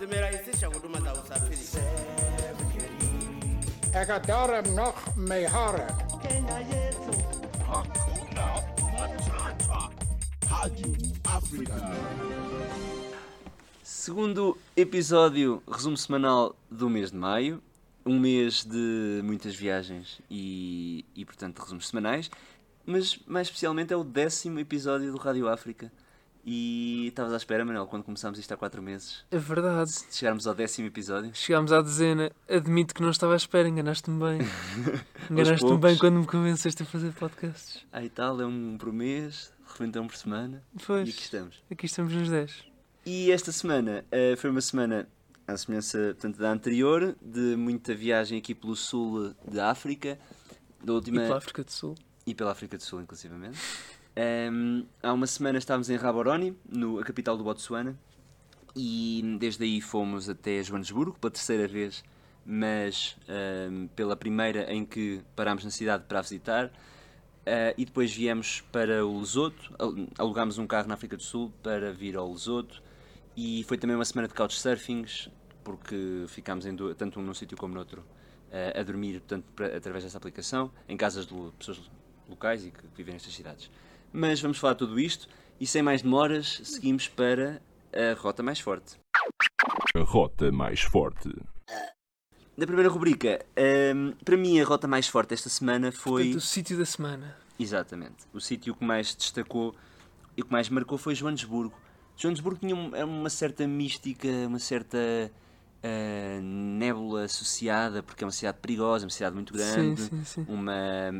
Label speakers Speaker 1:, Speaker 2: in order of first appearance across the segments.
Speaker 1: imerahisisha huduma za usafiri.
Speaker 2: Egadora noch mejora.
Speaker 3: Kenya yetu,
Speaker 4: Hakuna matata. Rádio África.
Speaker 5: Segundo episódio, resumo semanal do mês de maio. Um mês de muitas viagens e, e, portanto, resumos semanais. Mas, mais especialmente, é o décimo episódio do Rádio África. E estavas à espera, Manuel, quando começámos isto há quatro meses,
Speaker 6: É verdade.
Speaker 5: de chegarmos ao décimo episódio.
Speaker 6: Chegámos à dezena. Admito que não estava à espera, enganaste-me bem. Enganaste-me
Speaker 5: poucos.
Speaker 6: bem quando me convenceste a fazer podcasts.
Speaker 5: Aí tal, é um por mês, de repente é um por semana.
Speaker 6: Pois.
Speaker 5: E aqui estamos.
Speaker 6: Aqui estamos nos 10.
Speaker 5: E esta semana eh, foi uma semana, à semelhança portanto, da anterior, de muita viagem aqui pelo sul da África. Da
Speaker 6: E
Speaker 5: última...
Speaker 6: pela África do Sul.
Speaker 5: e pela África do Sul, inclusivamente. Ahm, há uma semana estávamos em Raboroni, no, a capital do Botsuana, e desde aí fomos até Joanesburgo pela terceira vez, mas ahm, pela primeira em que parámos na cidade para a visitar. ah, e depois viemos para o Lesoto, al- alugámos um carro na África do Sul para vir ao Lesoto, e foi também uma semana de couchsurfings, porque ficámos em du- tanto um num sítio como no outro eh, a dormir portanto, pra- através dessa aplicação, em casas de lo- pessoas locais e que vivem nestas cidades. Mas vamos falar de tudo isto e sem mais demoras seguimos para a rota mais forte.
Speaker 4: A rota mais forte.
Speaker 5: Da primeira rubrica, ehm, para mim a rota mais forte esta semana foi.
Speaker 6: Portanto, o sítio da semana.
Speaker 5: Exatamente. O sítio que mais destacou e o que mais marcou foi Joanesburgo. Joanesburgo tinha um- é uma certa mística, uma certa ah, nébula associada, porque é uma cidade perigosa, uma cidade muito grande,
Speaker 6: sim, sim.
Speaker 5: uma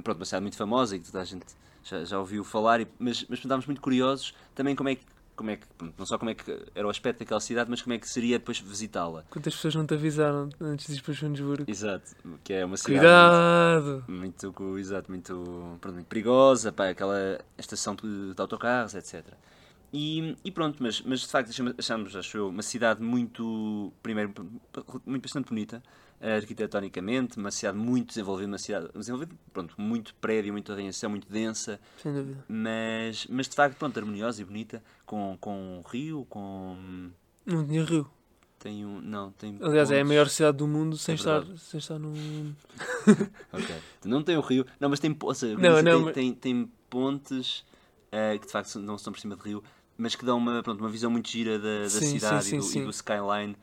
Speaker 5: pronto, uma cidade muito famosa e que toda a gente já, já ouviu falar, e- mas, mas estávamos muito curiosos também como é que, como é que pronto, não só como é que era o aspecto daquela cidade, mas como é que seria depois visitá-la.
Speaker 6: Quantas pessoas não te avisaram antes de ir para Joanesburgo?
Speaker 5: Exato, que é uma cidade
Speaker 6: Cuidado!
Speaker 5: muito, cu- exato, muito, pronto, muito perigosa, pá, aquela estação de, de autocarros, etc. E, e pronto, mas, mas de facto achamos- achamos, acho eu, uma cidade muito, primeiro, muito bastante bonita, eh, arquitetonicamente, uma cidade muito desenvolvida, uma cidade desenvolvida, pronto, muito prédio, muito arranhação, muito densa,
Speaker 6: Sem dúvida.
Speaker 5: mas, mas de facto, pronto, harmoniosa e bonita, com, com um rio, com...
Speaker 6: Não tinha rio.
Speaker 5: tem um, não, tem...
Speaker 6: Aliás, é a
Speaker 5: pontes.
Speaker 6: maior cidade do mundo sem,
Speaker 5: É
Speaker 6: estar,
Speaker 5: verdade.
Speaker 6: sem estar num.
Speaker 5: Ok. Não tem o rio. Não, mas tem, po- ou seja,
Speaker 6: Não, não,
Speaker 5: tem- tem,
Speaker 6: mas-
Speaker 5: tem, tem pontes eh, que de facto não estão por cima de rio, mas que dão uma, pronto, uma visão muito gira da, da
Speaker 6: Sim, sim,
Speaker 5: cidade
Speaker 6: sim,
Speaker 5: e, do,
Speaker 6: sim.
Speaker 5: e do skyline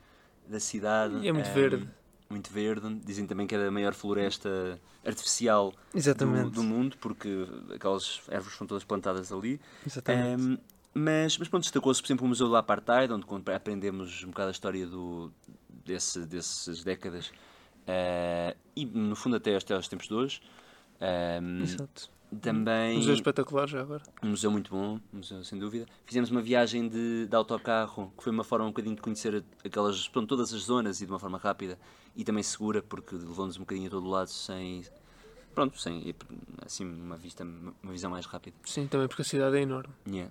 Speaker 5: da cidade.
Speaker 6: E é muito
Speaker 5: Ahm,
Speaker 6: verde.
Speaker 5: Muito verde. Dizem também que é a maior floresta artificial do,
Speaker 6: Exatamente.
Speaker 5: do mundo, porque aquelas árvores foram todas plantadas ali.
Speaker 6: Exatamente.
Speaker 5: Ahm, mas, mas pronto, destacou-se, por exemplo, o Museu do Apartheid, onde compre- aprendemos um bocado a história do, desse, dessas décadas ah, e, no fundo, até, até aos tempos de hoje. Ahm,
Speaker 6: Exato.
Speaker 5: também
Speaker 6: Museu espetacular já agora.
Speaker 5: um museu muito bom, um museu sem dúvida. Fizemos uma viagem de, de autocarro, que foi uma forma um bocadinho de conhecer aquelas, pronto, todas as zonas e de uma forma rápida e também segura, porque levou-nos um bocadinho a todo lado sem, pronto, sem, assim, uma, vista, uma visão mais rápida.
Speaker 6: Sim, também porque a cidade é enorme.
Speaker 5: Yeah.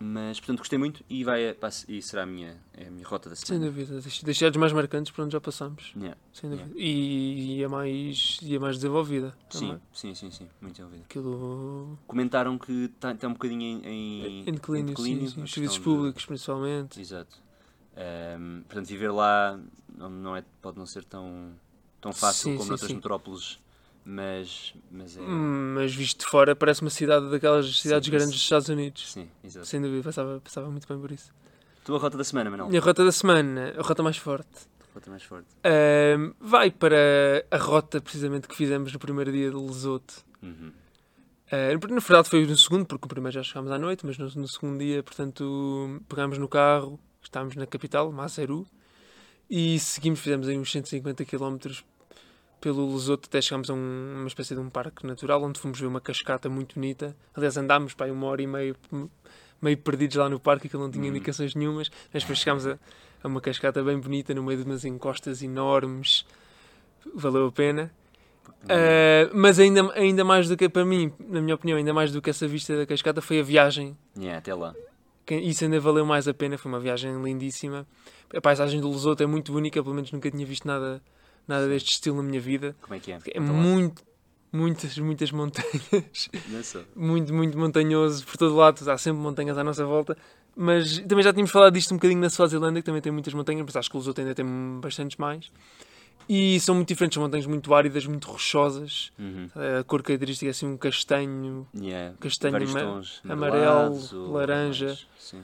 Speaker 5: Mas, portanto, gostei muito e, vai, a- passa- e será a minha, é a minha rota da
Speaker 6: Sem
Speaker 5: semana.
Speaker 6: dúvida. Das das cidades mais marcantes por onde já passamos.
Speaker 5: Yeah.
Speaker 6: Sem dúvida. E, e é mais, e é mais desenvolvida.
Speaker 5: Sim,
Speaker 6: também.
Speaker 5: sim, sim, sim, muito sem dúvida.
Speaker 6: Aquilo.
Speaker 5: Comentaram que está um bocadinho em, em,
Speaker 6: Em declínio,
Speaker 5: em declínio,
Speaker 6: sim, sim.
Speaker 5: a
Speaker 6: Os
Speaker 5: questão
Speaker 6: serviços
Speaker 5: de-
Speaker 6: públicos, principalmente.
Speaker 5: Exato. Ahm, portanto, viver lá não, não é, pode não ser tão, tão fácil
Speaker 6: Sim,
Speaker 5: como
Speaker 6: sim,
Speaker 5: noutras
Speaker 6: sim.
Speaker 5: metrópoles, mas, mas é.
Speaker 6: Hum, Mas visto de fora, parece uma cidade daquelas cidades
Speaker 5: mas-
Speaker 6: grandes dos Estados Unidos.
Speaker 5: Sim, exato.
Speaker 6: Sem dúvida, passava, passava muito bem por isso.
Speaker 5: Tua rota da semana, Manuel?
Speaker 6: Minha rota da semana, a rota mais forte,
Speaker 5: Rota mais forte.
Speaker 6: ahm, vai para a rota precisamente que fizemos no primeiro dia de Lesoto.
Speaker 5: Uhum.
Speaker 6: Ah, na verdade foi no segundo, porque o primeiro já chegámos à noite, mas no, no segundo dia, portanto, pegámos no carro, estávamos na capital, Maseru, e seguimos, fizemos aí uns 150 km pelo Lesoto até chegámos a um- uma espécie de um parque natural, onde fomos ver uma cascata muito bonita. Aliás, andámos para uma hora e meia, meio perdidos lá no parque, aquilo não tinha indicações nenhumas, mas depois chegámos a, a É uma cascata bem bonita, no meio de umas encostas enormes. Valeu a pena. Uh, mas ainda, ainda mais do que para mim, na minha opinião, ainda mais do que essa vista da cascata foi a viagem.
Speaker 5: Yeah, até lá.
Speaker 6: Que Isso ainda valeu mais a pena, foi uma viagem lindíssima. A paisagem do Lesoto é muito única, pelo menos nunca tinha visto nada, nada deste estilo na minha vida.
Speaker 5: Como é que é?
Speaker 6: É
Speaker 5: Conta lá.
Speaker 6: muito, muitas, muitas montanhas.
Speaker 5: Não é só.
Speaker 6: muito, muito montanhoso por todo lado, há sempre montanhas à nossa volta. Mas também já tínhamos falado disto um bocadinho na Suazilândia, que também tem muitas montanhas, mas acho que o Lesoto ainda tem bastantes mais. E são muito diferentes, são montanhas muito áridas, muito rochosas. A cor característica é assim um castanho,
Speaker 5: Yeah.
Speaker 6: Castanho
Speaker 5: Vários
Speaker 6: ama-
Speaker 5: tons.
Speaker 6: amarelo,
Speaker 5: nublados ou
Speaker 6: laranja.
Speaker 5: mais. Sim.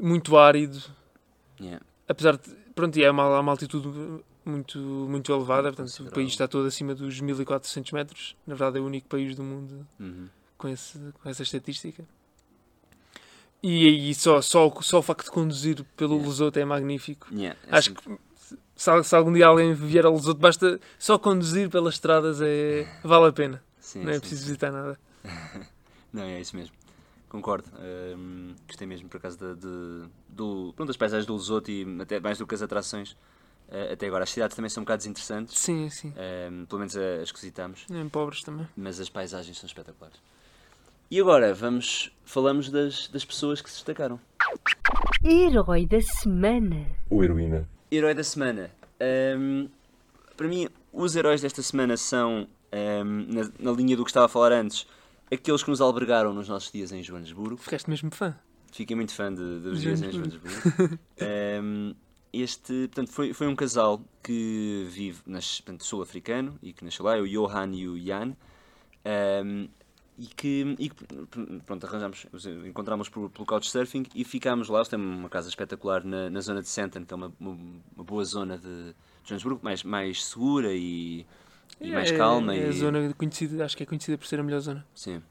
Speaker 6: muito árido.
Speaker 5: Yeah.
Speaker 6: Apesar de, pronto, e é uma, há uma altitude muito, muito elevada, portanto o
Speaker 5: Considerável.
Speaker 6: país está todo acima dos 1400 metros. Na verdade é o único país do mundo
Speaker 5: Uhum.
Speaker 6: com, esse, com essa estatística. E, e só, só, o- só o facto de conduzir pelo
Speaker 5: Yeah.
Speaker 6: Lesoto é magnífico.
Speaker 5: Yeah. É
Speaker 6: Acho
Speaker 5: assim.
Speaker 6: que se, al- se algum dia alguém vier ao Lesoto, basta só conduzir pelas estradas, é, vale a pena.
Speaker 5: Sim,
Speaker 6: Não é
Speaker 5: sim,
Speaker 6: preciso
Speaker 5: sim.
Speaker 6: visitar nada.
Speaker 5: Não, é isso mesmo. Concordo. Hum, gostei mesmo, por acaso, de, de- do, pronto, das paisagens do Lesoto e até mais do que as atrações eh, até agora. As cidades também são um bocado desinteressantes.
Speaker 6: Sim, sim.
Speaker 5: Hum, pelo menos a- as que visitámos.
Speaker 6: Em pobres também.
Speaker 5: Mas as paisagens são espetaculares. E agora, vamos, falamos das, das pessoas que se destacaram.
Speaker 3: Herói da semana.
Speaker 7: Ou heroína.
Speaker 5: Herói da semana. Hum, para mim, os heróis desta semana são, hum, na, na linha do que estava a falar antes, aqueles que nos albergaram nos nossos dias em Joanesburgo.
Speaker 6: Ficaste mesmo fã.
Speaker 5: Fiquei muito fã de,
Speaker 6: Uhum.
Speaker 5: dos dias em
Speaker 6: Joanesburgo.
Speaker 5: Joanesburgo. Hum, este, portanto, foi, foi um casal que vive, nas, portanto, sul-africano e que nasceu lá, é o Johan e o Jan. Hum, e que, e que, pronto, arranjamos, os encontramos por, pelo Couchsurfing e ficámos lá. Eles têm uma casa espetacular na, na zona de Sandton, que é uma, uma, uma boa zona de Joanesburgo, mais, mais segura e, e mais
Speaker 6: É-
Speaker 5: calma.
Speaker 6: É
Speaker 5: e,
Speaker 6: a zona conhecida, acho que é conhecida por ser a melhor zona.
Speaker 5: Sim.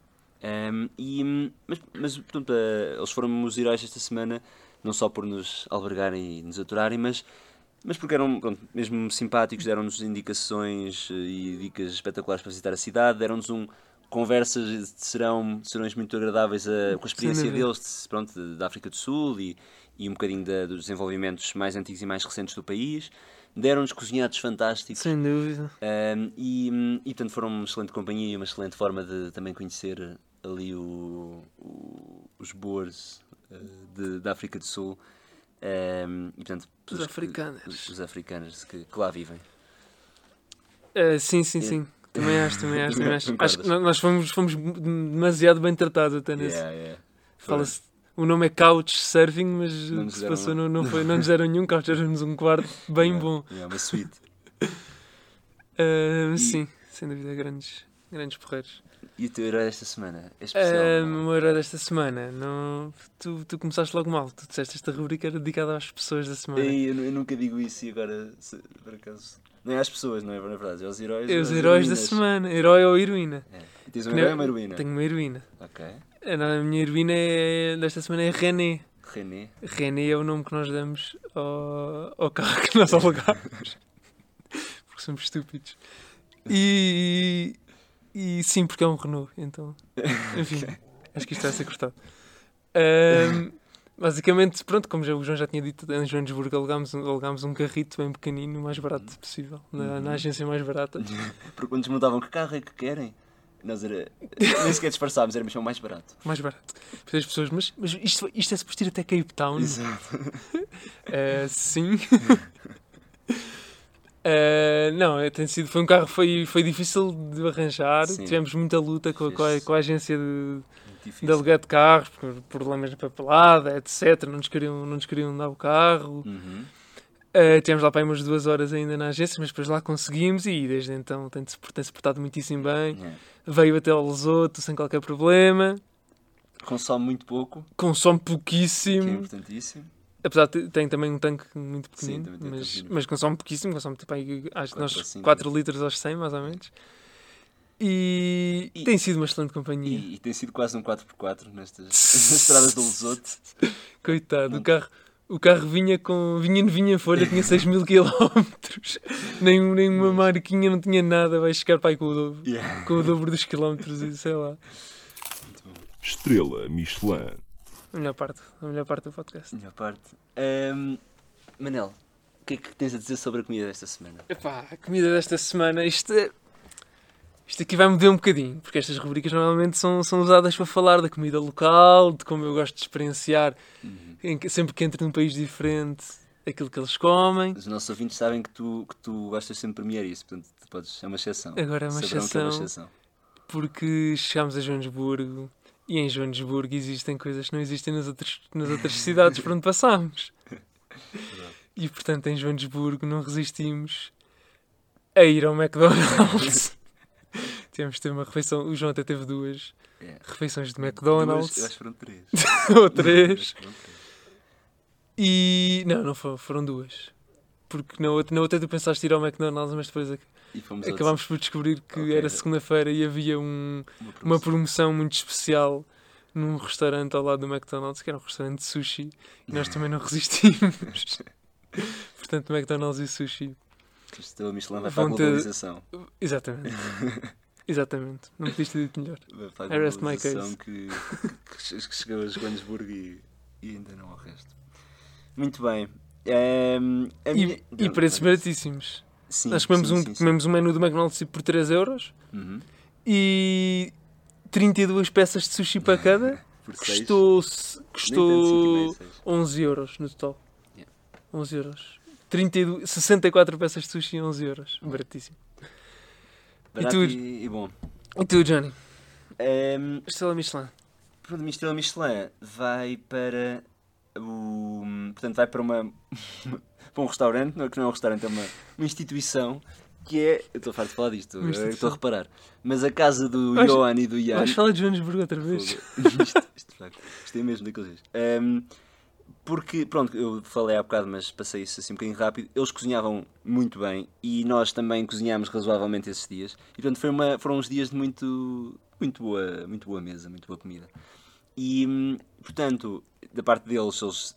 Speaker 5: Ehm, e, hum, mas, mas portanto, eh, eles foram os heróis esta semana, não só por nos albergarem e nos aturarem, mas, mas porque eram pronto, mesmo simpáticos, deram-nos indicações eh, e dicas espetaculares para visitar a cidade, deram-nos um conversas de serão, serões muito agradáveis a- com a experiência
Speaker 6: dúvida.
Speaker 5: deles de- pronto, de- da África do Sul e, e um bocadinho da- dos desenvolvimentos mais antigos e mais recentes do país. Deram-nos cozinhados fantásticos.
Speaker 6: Sem dúvida.
Speaker 5: Um, e, hum, e portanto foram uma excelente companhia e uma excelente forma de também conhecer ali o- o- os Boers eh, de- da África do Sul Um, e portanto
Speaker 6: Os
Speaker 5: pessoas que-
Speaker 6: africanos.
Speaker 5: os, os africanos que, que lá vivem.
Speaker 6: Ah, sim,
Speaker 5: É.
Speaker 6: sim, sim. Também acho, também acho, também acho.
Speaker 5: Concordas?
Speaker 6: Acho que no- nós fomos, fomos demasiado bem tratados até nesse.
Speaker 5: Yeah, yeah.
Speaker 6: Fala-se. O nome é Couch Surfing, mas
Speaker 5: Não
Speaker 6: o que
Speaker 5: nos
Speaker 6: se
Speaker 5: deram um.
Speaker 6: passou não, não, foi, não nos deram nenhum couch, deram-nos um quarto bem
Speaker 5: Yeah,
Speaker 6: bom.
Speaker 5: yeah, uma suíte.
Speaker 6: Ah, sim, sem dúvida, grandes, grandes porreiros.
Speaker 5: E o teu herói desta semana? É especial.
Speaker 6: Ah,
Speaker 5: não é?
Speaker 6: uma hora desta semana, não... tu, tu começaste logo mal. Tu disseste esta rubrica era dedicada às pessoas da semana.
Speaker 5: Ei, eu, nu- eu nunca digo isso e agora se- por acaso. Não é às pessoas, não é, na verdade, é aos heróis.
Speaker 6: É
Speaker 5: e
Speaker 6: os
Speaker 5: às
Speaker 6: heróis da
Speaker 5: heroínas.
Speaker 6: semana, herói ou heroína.
Speaker 5: É. Tens um herói
Speaker 6: Não,
Speaker 5: e uma heroína.
Speaker 6: Tenho uma heroína.
Speaker 5: Ok.
Speaker 6: A na- a minha heroína é- desta semana é René.
Speaker 5: René.
Speaker 6: René é o nome que nós damos ao, ao carro que nós alugamos. porque somos estúpidos. E, e sim, porque é um Renault, então. Enfim, acho que isto vai ser cortado. Ahm, basicamente, pronto, como já, o João já tinha dito, em Joanesburgo alugámos, um- alugámos um carrito bem pequenino, o mais barato possível, na, na agência mais barata.
Speaker 5: Porque quando nos perguntavam que carro é que querem, nós era. Nem sequer disfarçámos, era mesmo o mais barato.
Speaker 6: Mais barato. Para as pessoas, mas, mas isto, isto é suposto ir até Cape Town?
Speaker 5: Exato.
Speaker 6: Uh, sim. Uh, não, é, tem sido, foi um carro foi foi difícil de arranjar.
Speaker 5: Sim.
Speaker 6: Tivemos muita luta com, a- com a,
Speaker 5: Fez-se.
Speaker 6: com a agência de,
Speaker 5: Difícil.
Speaker 6: de aluguer de carros, por problemas de papelada, etc. Não nos queriam, não nos queriam dar o carro.
Speaker 5: Uhum.
Speaker 6: Uh, tivemos lá para aí umas duas horas ainda na agência, mas depois lá conseguimos e desde então tem-se tem -se portado muitíssimo bem.
Speaker 5: Yeah.
Speaker 6: Veio até ao Lesoto sem qualquer problema,
Speaker 5: Consome muito pouco,
Speaker 6: consome
Speaker 5: que é
Speaker 6: pouquíssimo.
Speaker 5: importantíssimo.
Speaker 6: Apesar de tem também um tanque muito pequenino,
Speaker 5: também tem um
Speaker 6: mas,
Speaker 5: tanque
Speaker 6: mas consome pouquíssimo, consome tipo aí, acho que
Speaker 5: Quatro ou
Speaker 6: nós
Speaker 5: cinco né?
Speaker 6: 4 litros aos 100, mais ou menos. E,
Speaker 5: E-
Speaker 6: tem sido uma excelente companhia.
Speaker 5: E, e tem sido quase um 4x4 nestas nas estradas do Lesoto.
Speaker 6: Coitado,
Speaker 5: um
Speaker 6: o carro, o carro vinha com vinha novinha em folha, tinha 6 mil quilómetros, nem, nem uma marquinha, não tinha nada, vai chegar para aí com o dobro,
Speaker 5: Yeah.
Speaker 6: com o dobro dos quilómetros e sei lá.
Speaker 4: Estrela Michelin.
Speaker 6: A melhor parte, a melhor parte do podcast.
Speaker 5: Minha parte. Ahm, Manel, o que é que tens a dizer sobre a comida desta semana?
Speaker 6: Epá, a comida desta semana, isto, é- isto aqui vai mudar um bocadinho, porque estas rubricas normalmente são, são usadas para falar da comida local, de como eu gosto de experienciar em que- sempre que entro num país diferente, aquilo que eles comem.
Speaker 5: Os nossos ouvintes sabem que tu, que tu gostas sempre de premiar isso, portanto tu podes, é uma exceção.
Speaker 6: Agora é uma
Speaker 5: Saberão que é uma
Speaker 6: exceção. porque chegámos a Joanesburgo e em Joanesburgo existem coisas que não existem nas outras, nas outras cidades por onde passámos. E portanto em Joanesburgo não resistimos a ir ao McDonald's. Tivemos de ter uma refeição, o João até teve duas
Speaker 5: É.
Speaker 6: refeições de
Speaker 5: Duas, eu acho é que
Speaker 6: McDonald's,
Speaker 5: foram três.
Speaker 6: ou três.
Speaker 5: Foram três.
Speaker 6: E não, não foram, foram duas. Porque na outra, na outra tu pensaste ir ao McDonald's, mas depois ac-
Speaker 5: E fomos ao
Speaker 6: acabámos por descobrir que
Speaker 5: Ok.
Speaker 6: era segunda-feira e havia um,
Speaker 5: uma
Speaker 6: uma
Speaker 5: promoção.
Speaker 6: promoção muito especial num restaurante ao lado do McDonald's, que era um restaurante de sushi, e nós também não resistimos. Portanto, McDonald's e sushi.
Speaker 5: Isto a Michelin vai para a
Speaker 6: Vão ter-
Speaker 5: globalização.
Speaker 6: Exatamente. Exatamente. Não podias ter dito melhor.
Speaker 5: Vai para a
Speaker 6: I rest my
Speaker 5: globalização que, que, che- que chegou a Joanesburgo e, e ainda não ao resto. Muito bem. Ehm, a minha-
Speaker 6: E, e
Speaker 5: Não,
Speaker 6: preços
Speaker 5: não,
Speaker 6: baratíssimos.
Speaker 5: Sim,
Speaker 6: nós comemos,
Speaker 5: sim,
Speaker 6: um,
Speaker 5: sim, sim.
Speaker 6: comemos um menu do McDonald's tipo, por 3 euros
Speaker 5: Uhum.
Speaker 6: e 32 peças de sushi para cada.
Speaker 5: Por seis.
Speaker 6: custou
Speaker 5: Nem
Speaker 6: custou
Speaker 5: tanto, cinco e meio, seis.
Speaker 6: 11 euros no total.
Speaker 5: Yeah.
Speaker 6: 11 euros. 32, 64 peças de sushi, 11 euros. Baratíssimo.
Speaker 5: Barato
Speaker 6: tu-
Speaker 5: e, e bom.
Speaker 6: E tu, Johnny?
Speaker 5: Ehm,
Speaker 6: Estrela Michelin.
Speaker 5: Pronto, a estrela Michelin vai para o. Portanto, vai para uma. para um restaurante, não é que não é um restaurante, é uma, uma instituição que é. Eu estou farto de falar disto,
Speaker 6: Uma
Speaker 5: eu estou
Speaker 6: instituição.
Speaker 5: a reparar. Mas a casa do
Speaker 6: Mas-
Speaker 5: Johan e do Ian.
Speaker 6: Vais falar de Joanesburgo outra vez?
Speaker 5: Fogo. isto, isto, de facto, isto é mesmo daqueles dias. Ahm, porque, pronto, eu falei há bocado, mas passei isso assim um bocadinho rápido. Eles cozinhavam muito bem e nós também cozinhámos razoavelmente esses dias. E, portanto, foi uma- foram uns dias de muito, muito, boa, muito boa mesa, muito boa comida. E, hum, portanto, da parte deles, eles,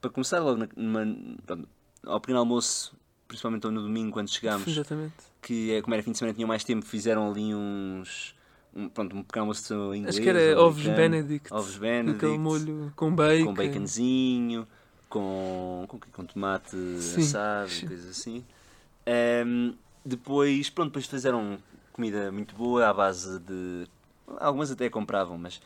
Speaker 5: para começar logo na- numa- pronto, ao pequeno almoço, principalmente no domingo, quando chegámos,
Speaker 6: Exatamente.
Speaker 5: que eh, como era fim de semana tinham mais tempo, fizeram ali uns. Um, pronto, um pequeno almoço inglês.
Speaker 6: Acho que era ovos
Speaker 5: americano,
Speaker 6: Benedict.
Speaker 5: Ovos
Speaker 6: Com
Speaker 5: Benedict.
Speaker 6: aquele molho com bacon.
Speaker 5: Com baconzinho, com, com, quê? com tomate
Speaker 6: Sim,
Speaker 5: assado e
Speaker 6: sim.
Speaker 5: coisas assim. Ahm, depois, pronto, depois fizeram comida muito boa à base de. Algumas até compravam, mas.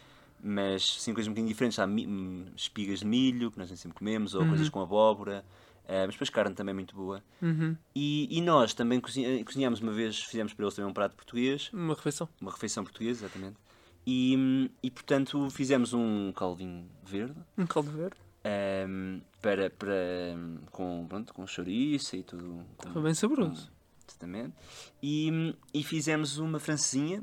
Speaker 5: Mas sim, coisas um bocadinho diferentes. Há mi- hum, espigas de milho, que nós nem sempre comemos, ou coisas com abóbora. ah, mas depois carne também muito boa.
Speaker 6: Uhum.
Speaker 5: E, e nós também cozinha- cozinhámos uma vez, fizemos para eles também um prato português,
Speaker 6: Uma refeição.
Speaker 5: uma refeição portuguesa, exatamente. E, hum, e portanto fizemos um caldinho verde
Speaker 6: Um caldo verde.
Speaker 5: hum, para, para, hum, com, pronto, com chouriça e tudo. com-
Speaker 6: Estava bem saboroso.
Speaker 5: com- exatamente. E, hum, e fizemos uma francesinha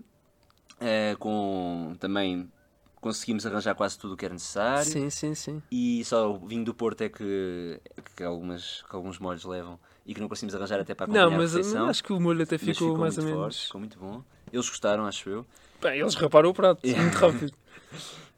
Speaker 5: eh, com também conseguimos arranjar quase tudo o que era necessário
Speaker 6: Sim, sim, sim.
Speaker 5: e só o vinho do Porto é que, que, algumas, que alguns molhos levam e que não conseguimos arranjar até para acompanhar
Speaker 6: Não, mas hum,
Speaker 5: a refeição.
Speaker 6: acho que o molho até
Speaker 5: Mas
Speaker 6: ficou, mais ou
Speaker 5: muito
Speaker 6: menos.
Speaker 5: forte, ficou muito bom. Eles gostaram, acho eu.
Speaker 6: Bem, eles raparam o prato. Muito rápido.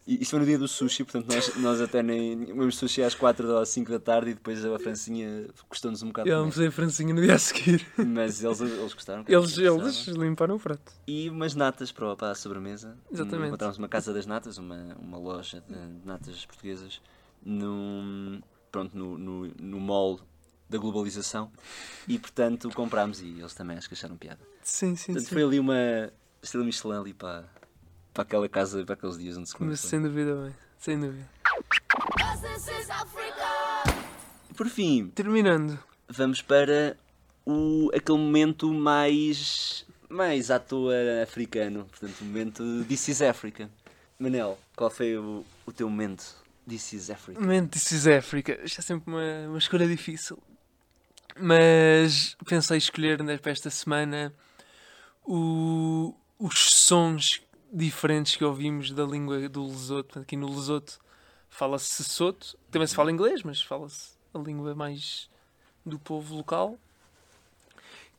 Speaker 5: E isto foi no dia do sushi, portanto nós, nós até nem... Comemos sushi às 4 ou 5 da tarde e depois a francinha custou-nos um bocado.
Speaker 6: Eu
Speaker 5: também.
Speaker 6: almocei a francinha no dia a seguir.
Speaker 5: Mas eles, eles gostaram. claro
Speaker 6: Eles,
Speaker 5: que gostaram.
Speaker 6: eles limparam o prato.
Speaker 5: E umas natas para, para a sobremesa.
Speaker 6: Exatamente.
Speaker 5: Encontramos uma casa das natas, uma, uma loja de de natas portuguesas, num, pronto, no, no, no mall da globalização. E portanto comprámos e eles também acho que acharam piada.
Speaker 6: Sim, sim,
Speaker 5: Portanto,
Speaker 6: sim.
Speaker 5: foi ali uma estrela Michelin ali para, para aquela casa, para aqueles dias onde se
Speaker 6: Mas
Speaker 5: começou.
Speaker 6: sem dúvida bem. Sem dúvida.
Speaker 5: Por fim,
Speaker 6: Terminando.
Speaker 5: vamos para o, aquele momento mais, mais à toa africano. Portanto, o momento This is Africa. Manel, qual foi o, o teu momento This is Africa?
Speaker 6: Mente This is Africa. Isto é sempre uma, uma escolha difícil. Mas pensei escolher né, para esta semana o- os sons diferentes que ouvimos da língua do Lesoto. Portanto, aqui no Lesoto fala-se Sessoto. Também se fala inglês, mas fala-se a língua mais do povo local.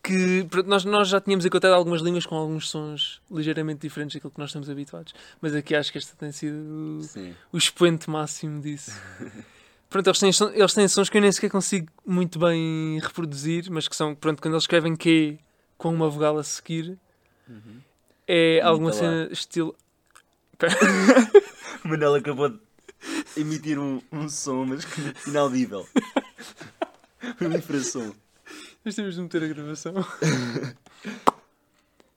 Speaker 6: Que pronto, nós, nós já tínhamos encontrado algumas línguas com alguns sons ligeiramente diferentes daquilo que nós estamos habituados. Mas aqui acho que esta tem sido
Speaker 5: Sim.
Speaker 6: o expoente máximo disso. Pronto, eles têm, son- eles têm sons que eu nem sequer consigo muito bem reproduzir, mas que são, pronto, quando eles escrevem Q com uma vogal a seguir, é alguma
Speaker 5: lá.
Speaker 6: cena estilo.
Speaker 5: O Manel acabou de emitir um, um som, mas que inaudível. Um infrassom.
Speaker 6: Nós temos de meter a gravação.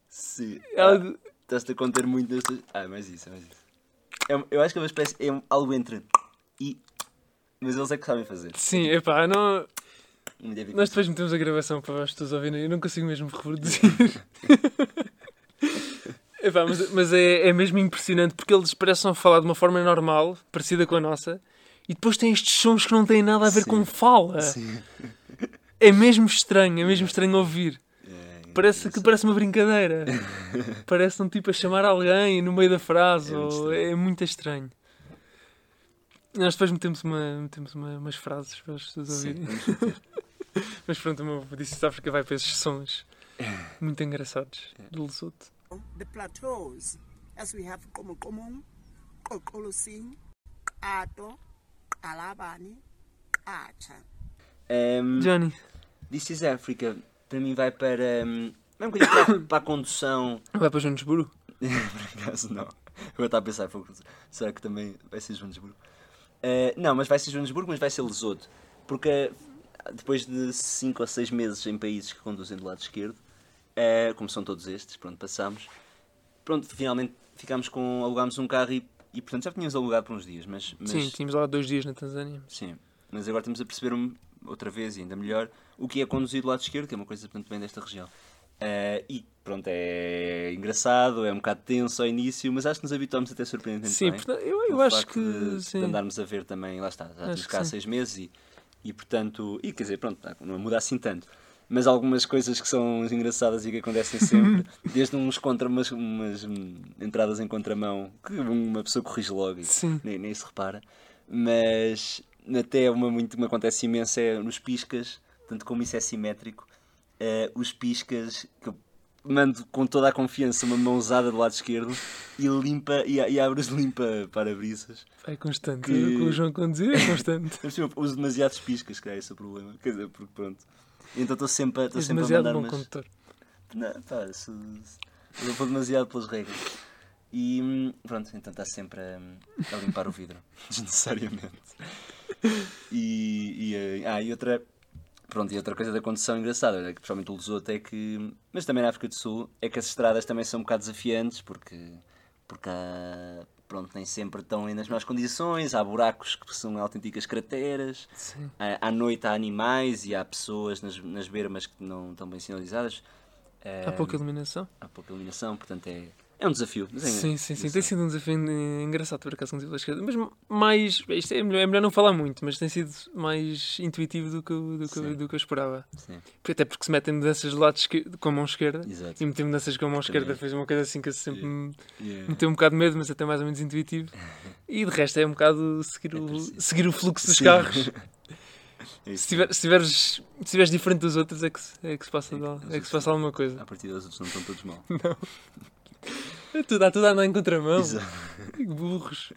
Speaker 5: Sim.
Speaker 6: É
Speaker 5: Ah,
Speaker 6: algo-
Speaker 5: Estás-te a conter muito destas. Ah, é mais isso, é mais isso. É um- eu acho que é uma espécie. É um- algo entre. E. Mas eles é que sabem fazer.
Speaker 6: Sim, epá, não.
Speaker 5: Um dia vi
Speaker 6: Nós depois metemos a gravação para as pessoas ouvirem, eu não consigo mesmo reproduzir. Epá, mas mas é, é mesmo impressionante porque eles parecem falar de uma forma normal, parecida com a nossa, e depois têm estes sons que não têm nada a ver
Speaker 5: Sim.
Speaker 6: com fala.
Speaker 5: Sim.
Speaker 6: É mesmo estranho, é mesmo estranho ouvir.
Speaker 5: É,
Speaker 6: Parece que parece uma brincadeira. parece um tipo a chamar alguém no meio da frase.
Speaker 5: É
Speaker 6: ou-
Speaker 5: muito estranho.
Speaker 6: É muito estranho. Nós depois metemos, uma, metemos uma- umas frases para as pessoas ouvirem. Mas pronto, o meu disse África vai para esses sons
Speaker 5: É.
Speaker 6: muito engraçados do Lesoto.
Speaker 7: the plateaus, as we have Komokomong, Kokolosing, Ato, Alabani, Acha.
Speaker 5: Um,
Speaker 6: Johnny,
Speaker 5: This is Africa, para mim vai para. Um, vai um bocadinho para, para a condução.
Speaker 6: vai para Joanesburgo?
Speaker 5: Por acaso não. Agora está a pensar, fogo, será que também vai ser Joanesburgo? Eh, não, mas vai ser Joanesburgo, mas vai ser Lesoto. Porque eh, depois de 5 ou 6 meses em países que conduzem do lado esquerdo, eh, como são todos estes, pronto, passámos. Pronto, finalmente ficámos com. alugámos um carro e, e portanto já tínhamos alugado por uns dias, mas. mas
Speaker 6: Sim, tínhamos lá dois dias na Tanzânia.
Speaker 5: Sim, mas agora estamos a perceber um- outra vez e ainda melhor o que é conduzir do lado esquerdo, que é uma coisa portanto, bem desta região. Ah, e pronto, é engraçado, é um bocado tenso ao início, mas acho que nos habituamos até surpreendentemente
Speaker 6: Sim,
Speaker 5: bem.
Speaker 6: portanto, eu, eu
Speaker 5: O
Speaker 6: acho
Speaker 5: facto
Speaker 6: que.
Speaker 5: de,
Speaker 6: sim.
Speaker 5: de andarmos a ver também, lá está, já estamos
Speaker 6: que
Speaker 5: cá há
Speaker 6: sim.
Speaker 5: seis meses e, e portanto, e quer dizer, pronto, tá, não muda assim tanto. Mas algumas coisas que são engraçadas e que acontecem sempre, desde uns contra umas, umas hum, entradas em contramão, que uma pessoa corrige logo e
Speaker 6: Sim.
Speaker 5: nem, nem se repara, mas até uma muito que me acontece imenso é nos piscas, tanto como isso é simétrico, eh, os piscas que eu mando com toda a confiança uma mãozada do lado esquerdo e limpa e, a- e abre os limpa para-brisas.
Speaker 6: É constante.
Speaker 5: que-
Speaker 6: O que o João conduzir é constante.
Speaker 5: Mas, sim, Eu uso demasiados piscas, que é esse o problema. Quer dizer, porque pronto. Então estou sempre, a- estou
Speaker 6: És
Speaker 5: sempre a
Speaker 6: É demasiado
Speaker 5: mandar
Speaker 6: bom
Speaker 5: umas...
Speaker 6: condutor.
Speaker 5: Não, pá, se, se- eu vou demasiado pelas regras. E hum, pronto, então está sempre a, a limpar o vidro, desnecessariamente. E, e, eh, ah, e outra. Pronto, e outra coisa da condução engraçada, olha, que principalmente o Lesoto é que. Mas também na África do Sul é que as estradas também são um bocado desafiantes porque. Porque há, pronto, nem sempre estão nas melhores condições, há buracos que são autênticas crateras, eh, à, à noite há animais e há pessoas nas, nas bermas que não estão bem sinalizadas. é
Speaker 6: Há pouca iluminação?
Speaker 5: Há pouca iluminação, portanto é, é um desafio. mas é
Speaker 6: Sim, sim, sim. Tem
Speaker 5: engraçado.
Speaker 6: sido um desafio en- engraçado por acaso conduzir pela esquerda. Mas mais. Isto é melhor, é melhor não falar muito, mas tem sido mais intuitivo do que, eu- do que, eu-
Speaker 5: Sim.
Speaker 6: do que eu esperava.
Speaker 5: Sim.
Speaker 6: Porque- Até porque se metem mudanças de lado esquerdo, com a mão esquerda.
Speaker 5: Exato.
Speaker 6: E meter mudanças com a mão esquerda
Speaker 5: Também.
Speaker 6: fez uma coisa assim que eu sempre me
Speaker 5: Yeah.
Speaker 6: meteu um bocado de medo, mas até mais ou menos intuitivo. E de resto é um bocado seguir o,
Speaker 5: parecido.
Speaker 6: seguir o fluxo dos
Speaker 5: Sim.
Speaker 6: carros.
Speaker 5: É isso.
Speaker 6: Se tiver- se tiveres se tiveres diferente dos outros, é que, se- é que se passa, de al-
Speaker 5: os
Speaker 6: é que
Speaker 5: outros
Speaker 6: se passa
Speaker 5: não-
Speaker 6: alguma coisa.
Speaker 5: A partir dos outros não estão todos mal.
Speaker 6: É tudo, há tudo a andar em contramão.
Speaker 5: Exato.
Speaker 6: Que burros.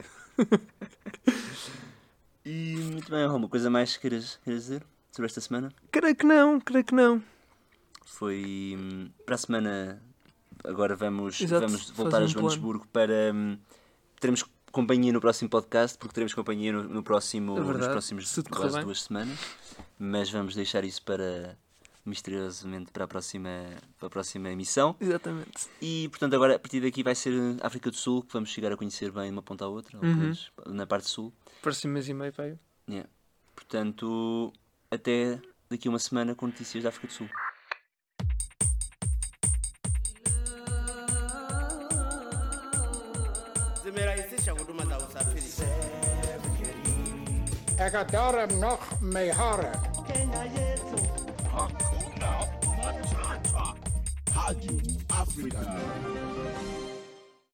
Speaker 5: E muito bem, alguma coisa mais que queiras, queiras dizer sobre esta semana?
Speaker 6: Creio que não, creio que não.
Speaker 5: Foi hum, para a semana. Agora vamos,
Speaker 6: Exato,
Speaker 5: vamos voltar
Speaker 6: fazer
Speaker 5: a
Speaker 6: um
Speaker 5: Joanesburgo para. hum, teremos companhia no próximo podcast, porque teremos companhia no, no próximo,
Speaker 6: É
Speaker 5: nos
Speaker 6: verdade,
Speaker 5: próximos
Speaker 6: se tudo correr
Speaker 5: quase
Speaker 6: bem.
Speaker 5: duas semanas. Mas vamos deixar isso para. misteriosamente para a próxima, para a próxima emissão.
Speaker 6: Exatamente.
Speaker 5: E portanto, agora a partir daqui vai ser África do Sul, que vamos chegar a conhecer bem de uma ponta à outra, ou pelo
Speaker 6: Uhum.
Speaker 5: menos na parte sul.
Speaker 6: Próximo mês e meio, pai.
Speaker 5: Yeah. Portanto, até daqui a uma semana com notícias da África do Sul.
Speaker 1: zimerahisisha huduma za usafiri.
Speaker 2: Ekadara mnoch mehare.